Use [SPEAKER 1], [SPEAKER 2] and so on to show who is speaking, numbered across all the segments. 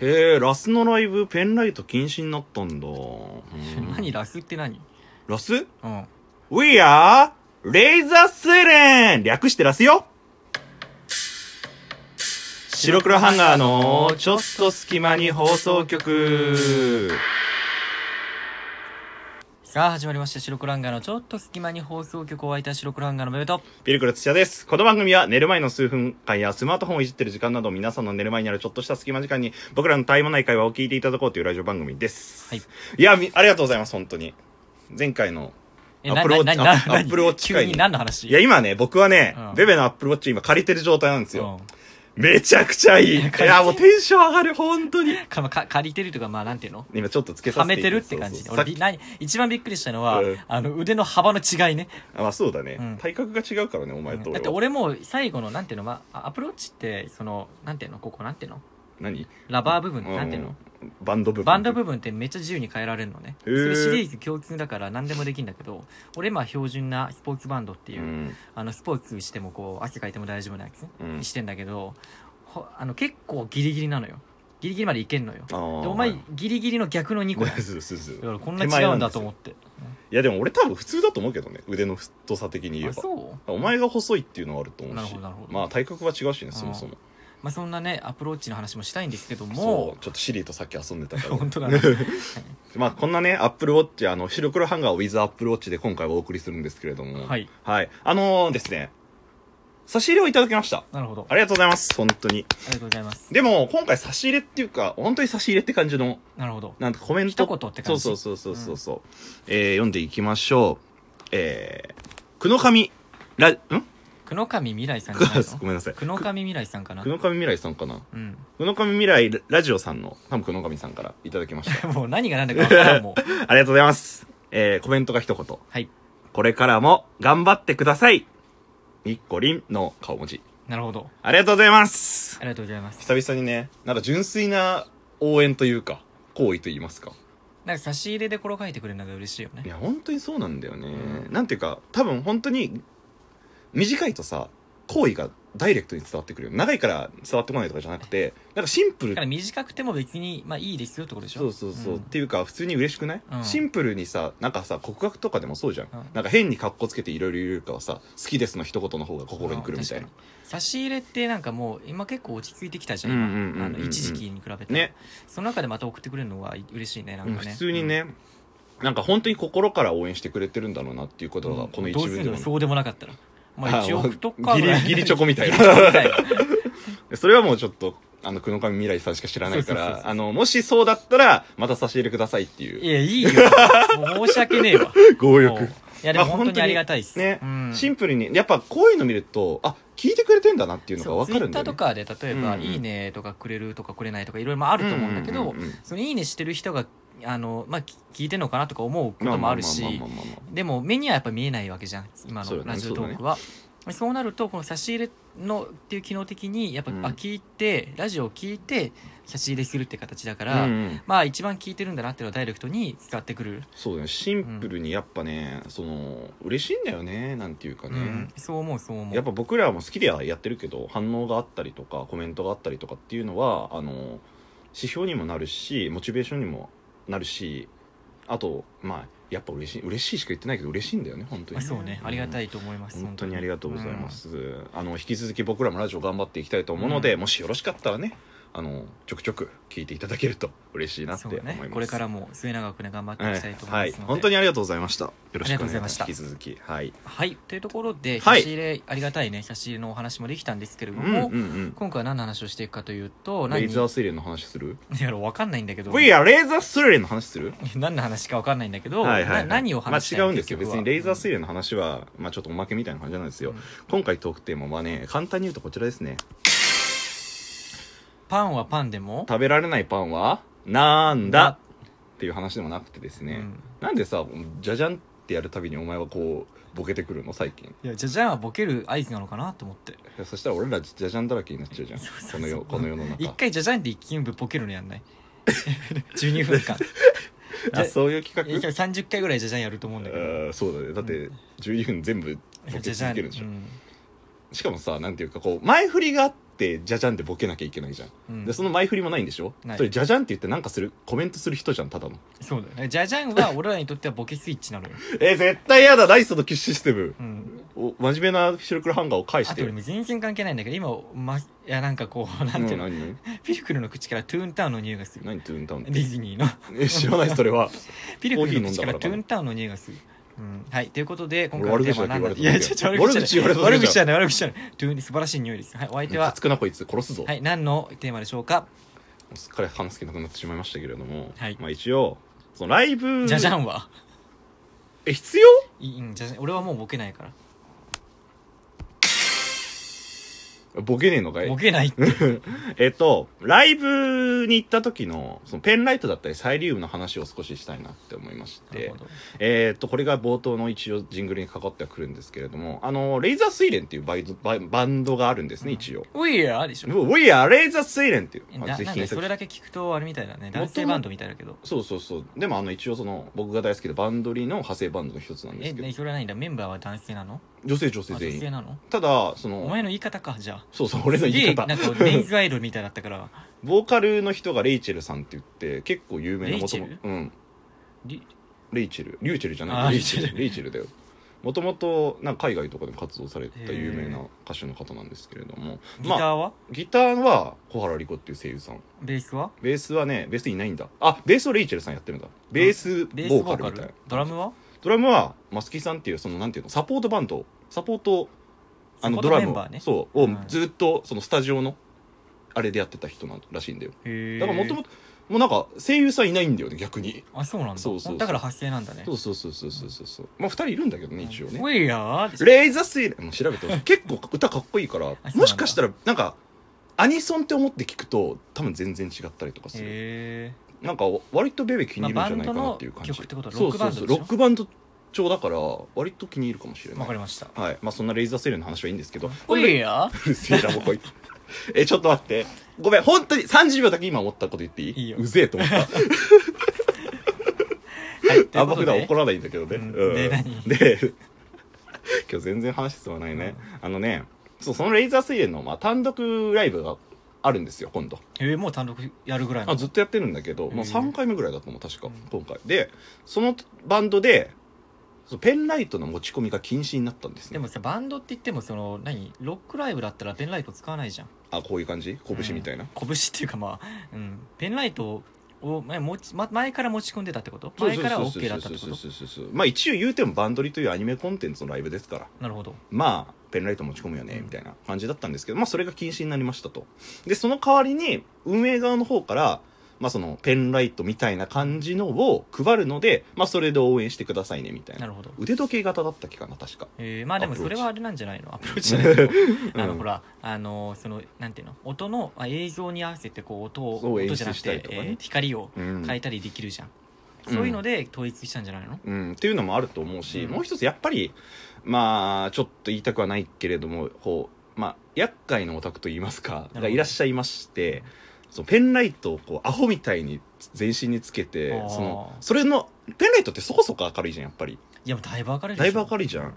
[SPEAKER 1] へえラスのライブペンライト禁止になったんだ、うん
[SPEAKER 2] 何ラスって何
[SPEAKER 1] ラス
[SPEAKER 2] うん
[SPEAKER 1] ?We are レイザースイレン略してラスよ白黒ハンガーのちょっと隙間に放送局
[SPEAKER 2] さあ始まりました白黒ランガーのちょっと隙間に放送局を開いた白黒ランガーのベベと
[SPEAKER 1] ビルクル土屋です。この番組は寝る前の数分間やスマートフォンをいじってる時間など皆さんの寝る前にあるちょっとした隙間時間に僕らのタイムない会話を聞いていただこうというラジオ番組です。
[SPEAKER 2] はい。
[SPEAKER 1] いや、みありがとうございます、本当に。前回の。
[SPEAKER 2] え
[SPEAKER 1] アップルウォッチ
[SPEAKER 2] ななな
[SPEAKER 1] アップルウォッチ
[SPEAKER 2] 急
[SPEAKER 1] 会に
[SPEAKER 2] に何の話
[SPEAKER 1] いや、今ね、僕はね、
[SPEAKER 2] うん
[SPEAKER 1] ベベのアップルウォッチ今借りてる状態なんですよ。
[SPEAKER 2] うん
[SPEAKER 1] めちゃくちゃいい。い
[SPEAKER 2] や借りて
[SPEAKER 1] や、もうテンション上がる、本当に。
[SPEAKER 2] かまか借りてるとかまあなんていうの
[SPEAKER 1] 今ちょっとつけさ
[SPEAKER 2] は
[SPEAKER 1] せてい
[SPEAKER 2] め
[SPEAKER 1] だ
[SPEAKER 2] てる
[SPEAKER 1] い
[SPEAKER 2] って感じ
[SPEAKER 1] そうそう
[SPEAKER 2] 俺
[SPEAKER 1] さっ
[SPEAKER 2] び
[SPEAKER 1] き
[SPEAKER 2] 何一番びっくりしたのは、
[SPEAKER 1] うん
[SPEAKER 2] あの腕の幅の違いね、
[SPEAKER 1] あまあそうだね、
[SPEAKER 2] うん
[SPEAKER 1] 体格が違うからね、お前と
[SPEAKER 2] だ
[SPEAKER 1] 俺
[SPEAKER 2] って
[SPEAKER 1] は。
[SPEAKER 2] 俺も最後のなんていうのまあアプローチってそのなんていうのここなんていうの
[SPEAKER 1] 何
[SPEAKER 2] ラバー部分、
[SPEAKER 1] うん
[SPEAKER 2] なんていうの
[SPEAKER 1] バンド部分。
[SPEAKER 2] バンド部分ってめっちゃ自由に変えられるのね
[SPEAKER 1] へ
[SPEAKER 2] そ
[SPEAKER 1] ー
[SPEAKER 2] れシリーズ共通だから何でもできるんだけど俺今標準なスポーツバンドっていう、
[SPEAKER 1] うん。
[SPEAKER 2] あのスポーツしてもこう汗かいても大丈夫なやつ
[SPEAKER 1] うん
[SPEAKER 2] にしてんだけど、ほあの結構ギリギリなのよギリギリまでいけんのよで
[SPEAKER 1] ああ。
[SPEAKER 2] お 前ギリギリの逆の2個だか
[SPEAKER 1] そうそうそう
[SPEAKER 2] らこんな違うんだと思って
[SPEAKER 1] いやでも俺多分普通だと思うけどね腕の太さ的に言え
[SPEAKER 2] あ
[SPEAKER 1] ば
[SPEAKER 2] そう
[SPEAKER 1] お前が細いっていうのはあると思う
[SPEAKER 2] なる
[SPEAKER 1] し
[SPEAKER 2] ほどなるほど
[SPEAKER 1] まあ体格は違うしねそもそも
[SPEAKER 2] まあ、そんなねアプローチの話もしたいんですけど
[SPEAKER 1] そ
[SPEAKER 2] も
[SPEAKER 1] うちょっとシリーとさっき遊んでたから
[SPEAKER 2] 本当 だね
[SPEAKER 1] まあこんなねアップルウォッチあの白黒ハンガーを with アップルウォッチで今回はお送りするんですけれども
[SPEAKER 2] はい
[SPEAKER 1] はいあのーですね差し入れをいただきました
[SPEAKER 2] なるほどあ
[SPEAKER 1] ありがとうございます本当に
[SPEAKER 2] りがとうございます
[SPEAKER 1] でも今回差し入れっていうか本当に差し入れって感じの
[SPEAKER 2] なるほど
[SPEAKER 1] なんかコメント
[SPEAKER 2] 一言って感じ
[SPEAKER 1] そうそうそうそうそうそう、えー読んでいきましょうえー、くのかみラん
[SPEAKER 2] 久野上未来さんじゃないの
[SPEAKER 1] ごめんなさい
[SPEAKER 2] 久野上未来さんかな
[SPEAKER 1] くのかみ未来さんかな
[SPEAKER 2] うん
[SPEAKER 1] くのかみ未来ラジオさんの多分くのかみさんからいただきま した
[SPEAKER 2] もう何が何だか分からんもう
[SPEAKER 1] ありがとうございますえー、コメントが一言
[SPEAKER 2] はい
[SPEAKER 1] これからも頑張ってくださいにっこりんの顔文字
[SPEAKER 2] なるほど
[SPEAKER 1] ありがとうございます
[SPEAKER 2] ありがとうございます
[SPEAKER 1] 久々にねなんか純粋な応援というか行為と言いますか
[SPEAKER 2] なんか差し入れでこれを書いてくれるのが嬉しいよ
[SPEAKER 1] い
[SPEAKER 2] ね
[SPEAKER 1] や本当にそうなんだよね、なんていうか多分本当に短いとさ行為がダイレクトに伝わってくるよ長いから伝わってこないとかじゃなくてなんかシンプル
[SPEAKER 2] だから短くても別にまあいいですよってことでしょ
[SPEAKER 1] そうそうそう、
[SPEAKER 2] ん
[SPEAKER 1] っていうか普通に嬉しくない、
[SPEAKER 2] うん
[SPEAKER 1] シンプルにさなんかさ告白とかでもそうじゃん、
[SPEAKER 2] うん
[SPEAKER 1] なんか変に格好つけていろいろ言うかはさ「好きです」の一言の方が心にくるみたいな
[SPEAKER 2] あ確かに差し入れってなんかもう今結構落ち着いてきたじゃん
[SPEAKER 1] うんうんうんうんうん
[SPEAKER 2] 今あの一時期に比べて
[SPEAKER 1] ね
[SPEAKER 2] その中でまた送ってくれるのは嬉しいねなんか
[SPEAKER 1] うん
[SPEAKER 2] ね
[SPEAKER 1] 普通にね、なんか本当に心から応援してくれてるんだろうなっていうこと
[SPEAKER 2] う
[SPEAKER 1] が
[SPEAKER 2] ん
[SPEAKER 1] この一
[SPEAKER 2] どうす
[SPEAKER 1] 文
[SPEAKER 2] る
[SPEAKER 1] で
[SPEAKER 2] の
[SPEAKER 1] も、
[SPEAKER 2] そうでもなかったらま
[SPEAKER 1] あ
[SPEAKER 2] あ一億とか
[SPEAKER 1] ギ
[SPEAKER 2] ぐらい
[SPEAKER 1] リギリチョコみたいな
[SPEAKER 2] ギリチョコみたいな
[SPEAKER 1] それはもうちょっとあの久野上未来さんしか知らないか
[SPEAKER 2] そうそうそう
[SPEAKER 1] ら
[SPEAKER 2] そう
[SPEAKER 1] あのもしそうだったらまた差し入れくださいっていう
[SPEAKER 2] いやいいよもう申し 訳ねえわ
[SPEAKER 1] 強
[SPEAKER 2] も
[SPEAKER 1] 欲
[SPEAKER 2] ういやでも
[SPEAKER 1] まあ
[SPEAKER 2] 本当にありがたいっす
[SPEAKER 1] ね
[SPEAKER 2] うん
[SPEAKER 1] シンプルにやっぱこういうの見るとあ聞いてくれてんだなっていうのが
[SPEAKER 2] そう
[SPEAKER 1] 分
[SPEAKER 2] ツイ
[SPEAKER 1] かる
[SPEAKER 2] ッ
[SPEAKER 1] ん
[SPEAKER 2] タ
[SPEAKER 1] だ
[SPEAKER 2] ー
[SPEAKER 1] よね
[SPEAKER 2] とかで例えば「
[SPEAKER 1] うんうん
[SPEAKER 2] いいね」とかくれるとかくれないとかいろいろまああると思うんだけ
[SPEAKER 1] う
[SPEAKER 2] ど、
[SPEAKER 1] うんうんうん
[SPEAKER 2] その「いいね」してる人があの、まあ、き聞いてるのかなとか思うこともあるし
[SPEAKER 1] まあまあまあまあまあ
[SPEAKER 2] でも目にはやっぱ見えないわけじゃん今
[SPEAKER 1] そうだ
[SPEAKER 2] の
[SPEAKER 1] ね
[SPEAKER 2] ラジオトークは。そうなるとこの差し入れのっていう機能的にやっぱ、
[SPEAKER 1] うん
[SPEAKER 2] あ聞いてラジオを聞いて差し入れするって形だか
[SPEAKER 1] まあ
[SPEAKER 2] ら、
[SPEAKER 1] うんうん
[SPEAKER 2] まあ一番聞いてるんだなっていうのはダイレクトに使ってくる、
[SPEAKER 1] そうだねシンプルにやっぱね、その嬉しいんだよねなんていうか
[SPEAKER 2] う
[SPEAKER 1] ね、
[SPEAKER 2] ん、そう思うそう思う
[SPEAKER 1] やっぱ僕らも好きでやってるけど反応があったりとかコメントがあったりとかっていうのはあの指標にもなるしモチベーションにもなるしあとまあやっぱ嬉しい嬉しいしか言ってないけど嬉しいんだよね本当に
[SPEAKER 2] まあ、そうねありがた
[SPEAKER 1] い、
[SPEAKER 2] いと思います、
[SPEAKER 1] 本当にありがとうございます、あの引き続き僕らもラジオ頑張っていきたいと思うので、
[SPEAKER 2] う
[SPEAKER 1] もしよろしかったらねあのちょくちょく聞いていただけると嬉しいなって
[SPEAKER 2] そ
[SPEAKER 1] 思いうま
[SPEAKER 2] ね
[SPEAKER 1] す、、
[SPEAKER 2] これからも末永くね頑張っていきたいと思
[SPEAKER 1] はいい、
[SPEAKER 2] ますので、
[SPEAKER 1] 本当にありがとうございましたよろしくお願いします
[SPEAKER 2] あり
[SPEAKER 1] 引
[SPEAKER 2] が
[SPEAKER 1] き続きはい
[SPEAKER 2] はいというところで
[SPEAKER 1] は
[SPEAKER 2] 差
[SPEAKER 1] い
[SPEAKER 2] し入れ、ありがたいね差し入れのお話もできたんですけれ
[SPEAKER 1] う
[SPEAKER 2] ど
[SPEAKER 1] ん
[SPEAKER 2] も、
[SPEAKER 1] うん
[SPEAKER 2] 今回は何の話をしていくかというと
[SPEAKER 1] うんレ
[SPEAKER 2] 何
[SPEAKER 1] イザースイレンの話する
[SPEAKER 2] いや分かんないんだけど
[SPEAKER 1] We are レイザースイレンの話する
[SPEAKER 2] 何の話か分かんないんだけど、な何を話したい
[SPEAKER 1] まあ違うんですよ別
[SPEAKER 2] 結局は
[SPEAKER 1] にレイザースイレンの話は、まあちょっとおまけみたいな感じなんですよ、
[SPEAKER 2] うん
[SPEAKER 1] 今回トークテーマはね簡単に言うとこちらですね
[SPEAKER 2] パンはパンでも
[SPEAKER 1] 食べられないパンはなんだっていう話でもなくてですね、
[SPEAKER 2] うん
[SPEAKER 1] なんでさじゃじゃんってやるたびにお前はこうボケてくるの最近
[SPEAKER 2] いやじゃじゃんはボケる合図なのかなと思って
[SPEAKER 1] いやそしたら俺らじゃじゃんだらけになっちゃうじゃんこの世この世の
[SPEAKER 2] 一
[SPEAKER 1] 中
[SPEAKER 2] 回じゃじゃんって一気にぶボケるのやんない 12分 間
[SPEAKER 1] あそういう企
[SPEAKER 2] 一
[SPEAKER 1] 画
[SPEAKER 2] 回30回ぐらいじゃじゃんやると思うんだけど
[SPEAKER 1] あーそうだねだって12分全部ボケ
[SPEAKER 2] じゃじゃ
[SPEAKER 1] 続
[SPEAKER 2] ん
[SPEAKER 1] けるでしょ
[SPEAKER 2] うん
[SPEAKER 1] しかもさなんていうかこう前振りがあっってじゃじゃんでボケなきゃいけないじゃん、
[SPEAKER 2] うん
[SPEAKER 1] でその前振りもないんでしょ
[SPEAKER 2] ない
[SPEAKER 1] それじゃじゃんって言ってなんかするコメントする人じゃんただの
[SPEAKER 2] そうだよねジャジャンは俺らにとってはボケスイッチなのよ、
[SPEAKER 1] えー絶対やだナイスのキスシステム
[SPEAKER 2] うん、
[SPEAKER 1] お真面目な白黒ハンガーを返し
[SPEAKER 2] あ
[SPEAKER 1] て
[SPEAKER 2] と俺も全然関係ないんだけど今、ま、いやなんかこうなんていうの、
[SPEAKER 1] うん何
[SPEAKER 2] ピルクルの口からトゥーンタウンの匂いがする
[SPEAKER 1] 何トゥーンタウンっ
[SPEAKER 2] デ
[SPEAKER 1] て
[SPEAKER 2] ィ ズニーの
[SPEAKER 1] え知らないそれは
[SPEAKER 2] ピルクルの
[SPEAKER 1] コーヒ
[SPEAKER 2] 口
[SPEAKER 1] ー飲んだか
[SPEAKER 2] からら
[SPEAKER 1] かな
[SPEAKER 2] トゥーンタウンの匂いがするうん、はい、ということで、今
[SPEAKER 1] 俺悪
[SPEAKER 2] 回のテ
[SPEAKER 1] 口
[SPEAKER 2] ーマ
[SPEAKER 1] だ
[SPEAKER 2] は
[SPEAKER 1] け言わ
[SPEAKER 2] 何だ
[SPEAKER 1] れた
[SPEAKER 2] いや、ちょ、ちょ、悪
[SPEAKER 1] 悪
[SPEAKER 2] 口
[SPEAKER 1] 口言
[SPEAKER 2] じゃ
[SPEAKER 1] わ
[SPEAKER 2] な
[SPEAKER 1] れ
[SPEAKER 2] い。
[SPEAKER 1] た
[SPEAKER 2] 悪
[SPEAKER 1] だけ
[SPEAKER 2] 口
[SPEAKER 1] じ
[SPEAKER 2] じ
[SPEAKER 1] ゃ
[SPEAKER 2] ゃ
[SPEAKER 1] ん
[SPEAKER 2] ない、悪口じゃない。トゥーンに素晴らしい匂いです。はい、お相手
[SPEAKER 1] ムカ
[SPEAKER 2] は
[SPEAKER 1] つ、くなこいつ殺すぞ、
[SPEAKER 2] はい、何のテーマでしょうか
[SPEAKER 1] すっかり話す気なくなってしまいましたけれども、
[SPEAKER 2] はい
[SPEAKER 1] まあ一応そのライブ
[SPEAKER 2] じゃじゃんは。
[SPEAKER 1] え必要
[SPEAKER 2] いい、うん、じゃじゃん。俺はもうボケないから。
[SPEAKER 1] ボケねえのかい
[SPEAKER 2] ボケないって。
[SPEAKER 1] えっとライブに行った時のそのペンライトだったりサイリウムの話を少ししたいなって思いまし
[SPEAKER 2] なる
[SPEAKER 1] て
[SPEAKER 2] ほど
[SPEAKER 1] えっとこれが冒頭の一応ジングルにかかってはくるんですけれどもあのレイザー睡蓮っていうバイドババンドがあるんですね、一応
[SPEAKER 2] ウィアーでしょ。
[SPEAKER 1] We are レイザー睡蓮っていう、ま
[SPEAKER 2] な
[SPEAKER 1] あ、ぜ
[SPEAKER 2] な
[SPEAKER 1] ひ
[SPEAKER 2] ん
[SPEAKER 1] 検
[SPEAKER 2] かそ
[SPEAKER 1] 索
[SPEAKER 2] れだけ聞くとあれみたいだね男性バンドみたいだけど
[SPEAKER 1] そうそうそうでもあの一応その僕が大好きなバンドリーの派生バンドの一つなんで
[SPEAKER 2] え
[SPEAKER 1] すけど
[SPEAKER 2] ねそれはないんだメンバーは男性なの
[SPEAKER 1] 女性女性
[SPEAKER 2] あ
[SPEAKER 1] 全
[SPEAKER 2] 女性
[SPEAKER 1] 員
[SPEAKER 2] なの
[SPEAKER 1] ただそ
[SPEAKER 2] お
[SPEAKER 1] の
[SPEAKER 2] 前の言い方かじゃあ
[SPEAKER 1] そうそう俺の言い
[SPEAKER 2] すげ
[SPEAKER 1] 方
[SPEAKER 2] えなんかレイズアイドルみたいだったから
[SPEAKER 1] ボーカルの人がレイチェルさんって言って結構有名な
[SPEAKER 2] レイチェル
[SPEAKER 1] 元々うん
[SPEAKER 2] リ
[SPEAKER 1] レイチェルリューチェルじゃ
[SPEAKER 2] あ
[SPEAKER 1] ない
[SPEAKER 2] ー
[SPEAKER 1] レイチェ
[SPEAKER 2] リュ
[SPEAKER 1] ル
[SPEAKER 2] ーチェル
[SPEAKER 1] レイチェルだよもともとなんか海外とかでも活動され
[SPEAKER 2] へ
[SPEAKER 1] た
[SPEAKER 2] ー
[SPEAKER 1] 有名な歌手の方なんですけれども
[SPEAKER 2] ギター
[SPEAKER 1] まあ
[SPEAKER 2] は、
[SPEAKER 1] ギターは小原莉子っていう声優さん
[SPEAKER 2] ベースは
[SPEAKER 1] ベースはねベースいないんだあベースをレイチェルさんやってるんだベース
[SPEAKER 2] ベース
[SPEAKER 1] ボ
[SPEAKER 2] ボ
[SPEAKER 1] ー
[SPEAKER 2] ー
[SPEAKER 1] カ
[SPEAKER 2] カ
[SPEAKER 1] ルみたい
[SPEAKER 2] ル
[SPEAKER 1] な
[SPEAKER 2] ドラムは
[SPEAKER 1] ドラムは松木さんっていうそのなんていうのサポートバンドサポートあの
[SPEAKER 2] サ
[SPEAKER 1] ド
[SPEAKER 2] ポート
[SPEAKER 1] ラ
[SPEAKER 2] メン
[SPEAKER 1] ム
[SPEAKER 2] バ
[SPEAKER 1] を
[SPEAKER 2] ーね
[SPEAKER 1] そうを
[SPEAKER 2] うん
[SPEAKER 1] ずっとそのスタジオのあれでやってた人なんらしいんだよ
[SPEAKER 2] へえ
[SPEAKER 1] だからもともともうなんか声優さんいないんだよね逆に
[SPEAKER 2] あそうなんだ
[SPEAKER 1] そうそうそう
[SPEAKER 2] だから発声なんだね
[SPEAKER 1] そうそうそうそうそうそうそうまあ2人いるんだけどね一応
[SPEAKER 2] ウ
[SPEAKER 1] ね
[SPEAKER 2] ィアーでしょ
[SPEAKER 1] レイザースイレンもう調べてほ しい結構歌かっこいいから
[SPEAKER 2] なんだ
[SPEAKER 1] もしかしたらなんかアニソンって思って聞くと多分全然違ったりとかする
[SPEAKER 2] へ
[SPEAKER 1] なんか割とベベ気に入るんじゃないかなっていう感じ、
[SPEAKER 2] まあバンドの曲ってことは
[SPEAKER 1] そうそうそうロ
[SPEAKER 2] ロッ
[SPEAKER 1] ッ
[SPEAKER 2] ク
[SPEAKER 1] クバンド調だから割と気に入るかもしれ
[SPEAKER 2] え
[SPEAKER 1] な
[SPEAKER 2] わ
[SPEAKER 1] い
[SPEAKER 2] かりました
[SPEAKER 1] はい。まあ、そんなレイザーセールの話はいいんですけど。
[SPEAKER 2] ウィアー
[SPEAKER 1] うるせえな、もうこいつ。え、ちょっと待って。ごめん、本当に30秒だけ今思ったこと言っていい
[SPEAKER 2] いいよ
[SPEAKER 1] うぜえと思った。
[SPEAKER 2] はいとい
[SPEAKER 1] あ
[SPEAKER 2] うん
[SPEAKER 1] ま
[SPEAKER 2] こと
[SPEAKER 1] 普
[SPEAKER 2] で
[SPEAKER 1] 段怒らないんだけどね。
[SPEAKER 2] うん
[SPEAKER 1] うん
[SPEAKER 2] で何
[SPEAKER 1] で今日全然話進まないね。あのね、そう、そのレイザー水蓮の、まあ、単独ライブがあるんですよ、今度。
[SPEAKER 2] えーもう単独やるぐらいの
[SPEAKER 1] あずっとやってるんだけど、まあ、
[SPEAKER 2] へえ
[SPEAKER 1] 3回目ぐらいだと思う確か、
[SPEAKER 2] うん
[SPEAKER 1] 今回でそのバンドでそのペンライトの持ち込みが禁止になったんですね
[SPEAKER 2] でもさバンドって言ってもその何ロックライブだったらペンライト使わないじゃん
[SPEAKER 1] あこういう感じ拳みたいな、
[SPEAKER 2] うん、拳っていうかまあ、うん、ペンライトを前持ち、ま、前から持ち込んでたってこと
[SPEAKER 1] そう
[SPEAKER 2] 前
[SPEAKER 1] そう
[SPEAKER 2] から
[SPEAKER 1] そうそう
[SPEAKER 2] OK だったってこ
[SPEAKER 1] そ
[SPEAKER 2] と
[SPEAKER 1] うそうそうそうまあ一応言うてもバンドリというアニメコンテンツのライブですから
[SPEAKER 2] なるほど
[SPEAKER 1] まあペンライト持ち込むよね
[SPEAKER 2] うん
[SPEAKER 1] みたいな感じだったんですけど、まあそれが禁止になりましたとでその代わりに運営側の方からまあそのペンライトみたいな感じのを配るのでまあそれで応援してくださいねみたい
[SPEAKER 2] な
[SPEAKER 1] な
[SPEAKER 2] るほど
[SPEAKER 1] 腕時計型だったっけかな確か
[SPEAKER 2] えー、まあでも
[SPEAKER 1] アプ
[SPEAKER 2] そ
[SPEAKER 1] ローチ
[SPEAKER 2] れはあれなんじゃないのアプローチじゃ ないけど、 あの
[SPEAKER 1] うん
[SPEAKER 2] ほらあのそのなんていうの音のあ映像に合わせてこう音を
[SPEAKER 1] そう
[SPEAKER 2] 音じゃな
[SPEAKER 1] 演出
[SPEAKER 2] くて、
[SPEAKER 1] したりとかね
[SPEAKER 2] えー光を
[SPEAKER 1] うん
[SPEAKER 2] 変えたりできるじゃん、
[SPEAKER 1] うん
[SPEAKER 2] そういうので統一したんじゃないの、
[SPEAKER 1] うん、っていうのもあると思うし、
[SPEAKER 2] うん
[SPEAKER 1] もう一つやっぱりまあちょっと言いたくはないけれどもこうまあ厄介なオタクと言いますか
[SPEAKER 2] なるほど
[SPEAKER 1] がいらっしゃいましてそのペンライトをこうアホみたいに全身につけて
[SPEAKER 2] あー
[SPEAKER 1] そのそれのペンライトってそこそこ明るいじゃんやっぱり
[SPEAKER 2] いやもうだいぶ明るい
[SPEAKER 1] だいぶ明るいじゃん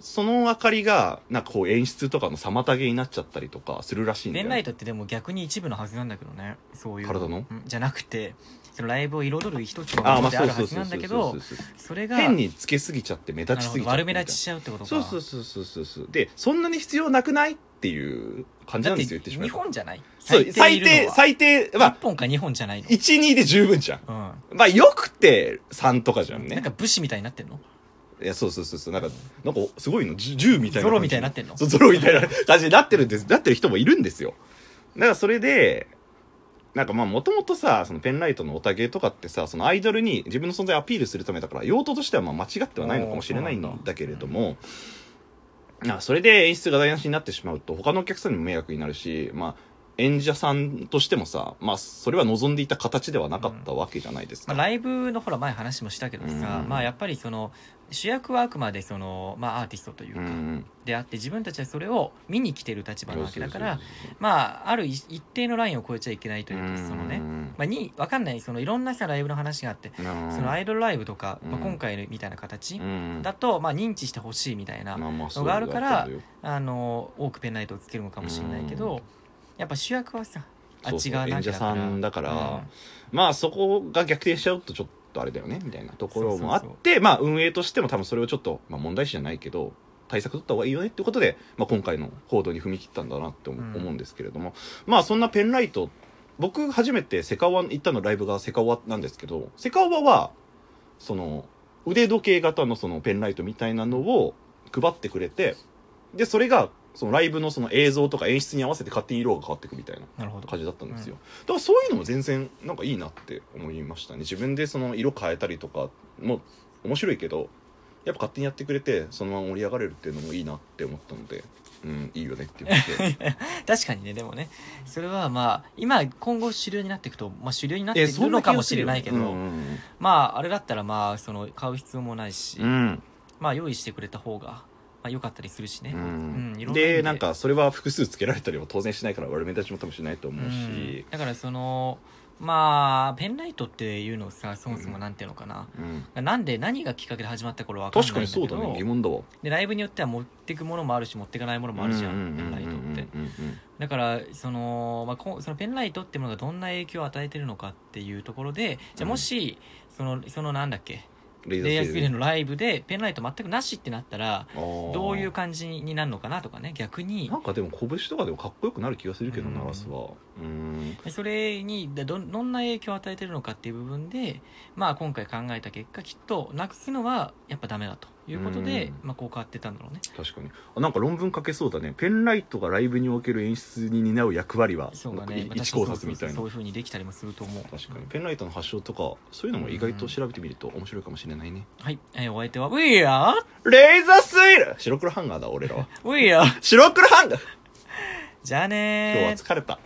[SPEAKER 1] その明かりがなんかこう演出とかの妨げになっちゃったりとかするらしいんだ
[SPEAKER 2] ペ
[SPEAKER 1] よ
[SPEAKER 2] ンライトってでも逆に一部のはずなんだけどねそういう
[SPEAKER 1] 体の
[SPEAKER 2] うんじゃなくてそのライブを彩る一つの
[SPEAKER 1] あーま
[SPEAKER 2] もの
[SPEAKER 1] あ
[SPEAKER 2] で
[SPEAKER 1] そ
[SPEAKER 2] あ
[SPEAKER 1] う
[SPEAKER 2] る
[SPEAKER 1] そ
[SPEAKER 2] は
[SPEAKER 1] うそう
[SPEAKER 2] ずなん
[SPEAKER 1] そ
[SPEAKER 2] だ
[SPEAKER 1] う
[SPEAKER 2] け
[SPEAKER 1] そ
[SPEAKER 2] ど
[SPEAKER 1] うそう
[SPEAKER 2] それが
[SPEAKER 1] 変につけすぎちゃって目立
[SPEAKER 2] な
[SPEAKER 1] ち
[SPEAKER 2] る
[SPEAKER 1] す
[SPEAKER 2] ほ
[SPEAKER 1] ぎ
[SPEAKER 2] ど
[SPEAKER 1] ちゃって
[SPEAKER 2] 悪
[SPEAKER 1] み
[SPEAKER 2] 目
[SPEAKER 1] たいな
[SPEAKER 2] 立ちしちゃうってことか
[SPEAKER 1] そうそうそうそうそうそうでそんなに必要なくないっていう感じ
[SPEAKER 2] だ
[SPEAKER 1] な
[SPEAKER 2] っ
[SPEAKER 1] んで
[SPEAKER 2] て
[SPEAKER 1] すよ言ってしま
[SPEAKER 2] 日
[SPEAKER 1] えば
[SPEAKER 2] 本じゃない
[SPEAKER 1] そう最
[SPEAKER 2] いる
[SPEAKER 1] 低
[SPEAKER 2] のは
[SPEAKER 1] 最低まあ
[SPEAKER 2] 一本か二本じゃないの
[SPEAKER 1] 12で十分じゃん
[SPEAKER 2] うん
[SPEAKER 1] まあよくて3とかじゃん
[SPEAKER 2] なん
[SPEAKER 1] ね
[SPEAKER 2] か武士みたいになってんの
[SPEAKER 1] いやそうそうそうそうなんかなんかすごいの10みたいな感じ
[SPEAKER 2] ゾロみたいになってんの
[SPEAKER 1] そうゾロみたいな感じになってるんですなってる人もいるんですよだからそれでなんかまあもともとさそのペンライトのオタゲとかってさそのアイドルに自分の存在をアピールするためだから用途としてはまあ間違ってはないのかもしれない
[SPEAKER 2] おーそうんなんだ
[SPEAKER 1] だけれどもなんかそれで演出が台無しになってしまうと他のお客さんにも迷惑になるしまあ演者さんとしてもさまあそれは望んでいた形ではなかったわけじゃないです
[SPEAKER 2] ま
[SPEAKER 1] か、
[SPEAKER 2] あ、ライブのほら前話もしたけどさ、
[SPEAKER 1] うん
[SPEAKER 2] まあやっぱりその主役はあくまでその、まあ、アーティストとい
[SPEAKER 1] う
[SPEAKER 2] うか、
[SPEAKER 1] ん
[SPEAKER 2] であって自分たちはそれを見に来てる立場なわけだから
[SPEAKER 1] そうそうそうそう
[SPEAKER 2] まあある一一定のラインを超えちゃいけないというかその
[SPEAKER 1] う
[SPEAKER 2] ね、
[SPEAKER 1] ん
[SPEAKER 2] まあ、にわかんないそのいろんなさライブの話があってそのアイドルライブとか、まあ、
[SPEAKER 1] うん
[SPEAKER 2] 今回のみたいな形
[SPEAKER 1] うん
[SPEAKER 2] だと、まあ、認知してほしいみたいな
[SPEAKER 1] まあまあそう
[SPEAKER 2] のがあるから
[SPEAKER 1] だったんだよ
[SPEAKER 2] あの多くペンライトをつけるのかもしれないけど、やっぱ主役はさあ
[SPEAKER 1] そう
[SPEAKER 2] っ
[SPEAKER 1] そ
[SPEAKER 2] ち
[SPEAKER 1] う
[SPEAKER 2] 側なわけだから
[SPEAKER 1] 演者さんだから
[SPEAKER 2] うん
[SPEAKER 1] まあそこが逆転しちゃうとちょっとあれだよねみたいなところもあって
[SPEAKER 2] そう
[SPEAKER 1] まあ運営としても多分それをちょっと、まあ、問題視じゃないけど対策取った方がいいよねってことで、まあ、今回の報道に踏み切ったんだなって思,、
[SPEAKER 2] うん
[SPEAKER 1] うんですけれどもまあそんなペンライト僕初めてセカオワ行ったのライブがセカオワなんですけどセカオワはその腕時計型のそのペンライトみたいなのを配ってくれてでそれがそのライブのその映像とか演出に合わせて勝手に色が変わっていくみたいな
[SPEAKER 2] なるほど
[SPEAKER 1] 感じだったんですよ、だからそういうのも全然なんかいいなって思いましたね自分でその色変えたりとかも面白いけどやっぱ勝手にやってくれてそのまま盛り上がれるっていうのもいいなって思ったのでうんいいよねって言って
[SPEAKER 2] 確かにねでもねそれはまあ今今後主流になっていくと、まあ、主流になって い
[SPEAKER 1] えそ
[SPEAKER 2] く
[SPEAKER 1] ん
[SPEAKER 2] の
[SPEAKER 1] な気がするよ
[SPEAKER 2] かもしれないけど、
[SPEAKER 1] うん
[SPEAKER 2] まああれだったらまあその買う必要もないし、
[SPEAKER 1] うん
[SPEAKER 2] まあ用意してくれた方が、まあ、良かったりするしね、
[SPEAKER 1] う
[SPEAKER 2] うんい
[SPEAKER 1] ん
[SPEAKER 2] ろんな意味
[SPEAKER 1] で
[SPEAKER 2] で
[SPEAKER 1] なんかそれは複数つけられたりは当然しないから悪目立ちも多分しないと思う
[SPEAKER 2] うん
[SPEAKER 1] し、
[SPEAKER 2] だからそのまあペンライトっていうのさそもそもなんていうのかな、
[SPEAKER 1] うん
[SPEAKER 2] なんで何がきっかけで始まった頃は
[SPEAKER 1] 確かにそうだね疑問だわ
[SPEAKER 2] でライブによっては持ってくものもあるし持っていかないものもあるじゃ
[SPEAKER 1] うんうんん
[SPEAKER 2] ペ
[SPEAKER 1] うん
[SPEAKER 2] ンライトって
[SPEAKER 1] うんうんうん
[SPEAKER 2] だからその,、まあ、こうそのペンライトってものがどんな影響を与えてるのかっていうところでじゃあもし、そのそのなんだっけ
[SPEAKER 1] レ
[SPEAKER 2] レイヤース
[SPEAKER 1] 製
[SPEAKER 2] フィルのライブでペンライト全くなしってなったら
[SPEAKER 1] あー
[SPEAKER 2] どういう感じになるのかなとかね逆に
[SPEAKER 1] なんかでも拳とかでもかっこよくなる気がするけど
[SPEAKER 2] うん
[SPEAKER 1] なラスはうん
[SPEAKER 2] それにどどんな影響を与えてるのかっていう部分で、まあ、今回考えた結果きっとなくすのはやっぱダメだということで、
[SPEAKER 1] う
[SPEAKER 2] まあ、こう変わってたんだろうね
[SPEAKER 1] 確かにあなんか論文書けそうだねペンライトがライブにおける演出に担う役割は
[SPEAKER 2] そう
[SPEAKER 1] な
[SPEAKER 2] だ
[SPEAKER 1] んか
[SPEAKER 2] ね
[SPEAKER 1] い
[SPEAKER 2] まあ
[SPEAKER 1] 一考
[SPEAKER 2] 確かに
[SPEAKER 1] 察みたいな
[SPEAKER 2] そうそうそういうふうにできたりもすると思う
[SPEAKER 1] 確かにペンライトの発祥とかそういうのも意外と調べてみると面白いかもしれないね、
[SPEAKER 2] はい、えーお相手は「We are!
[SPEAKER 1] レーザースイ ル白黒ハンガーだ俺らは
[SPEAKER 2] We are!
[SPEAKER 1] 白黒ハンガー」
[SPEAKER 2] じゃあねー
[SPEAKER 1] 今日は疲れた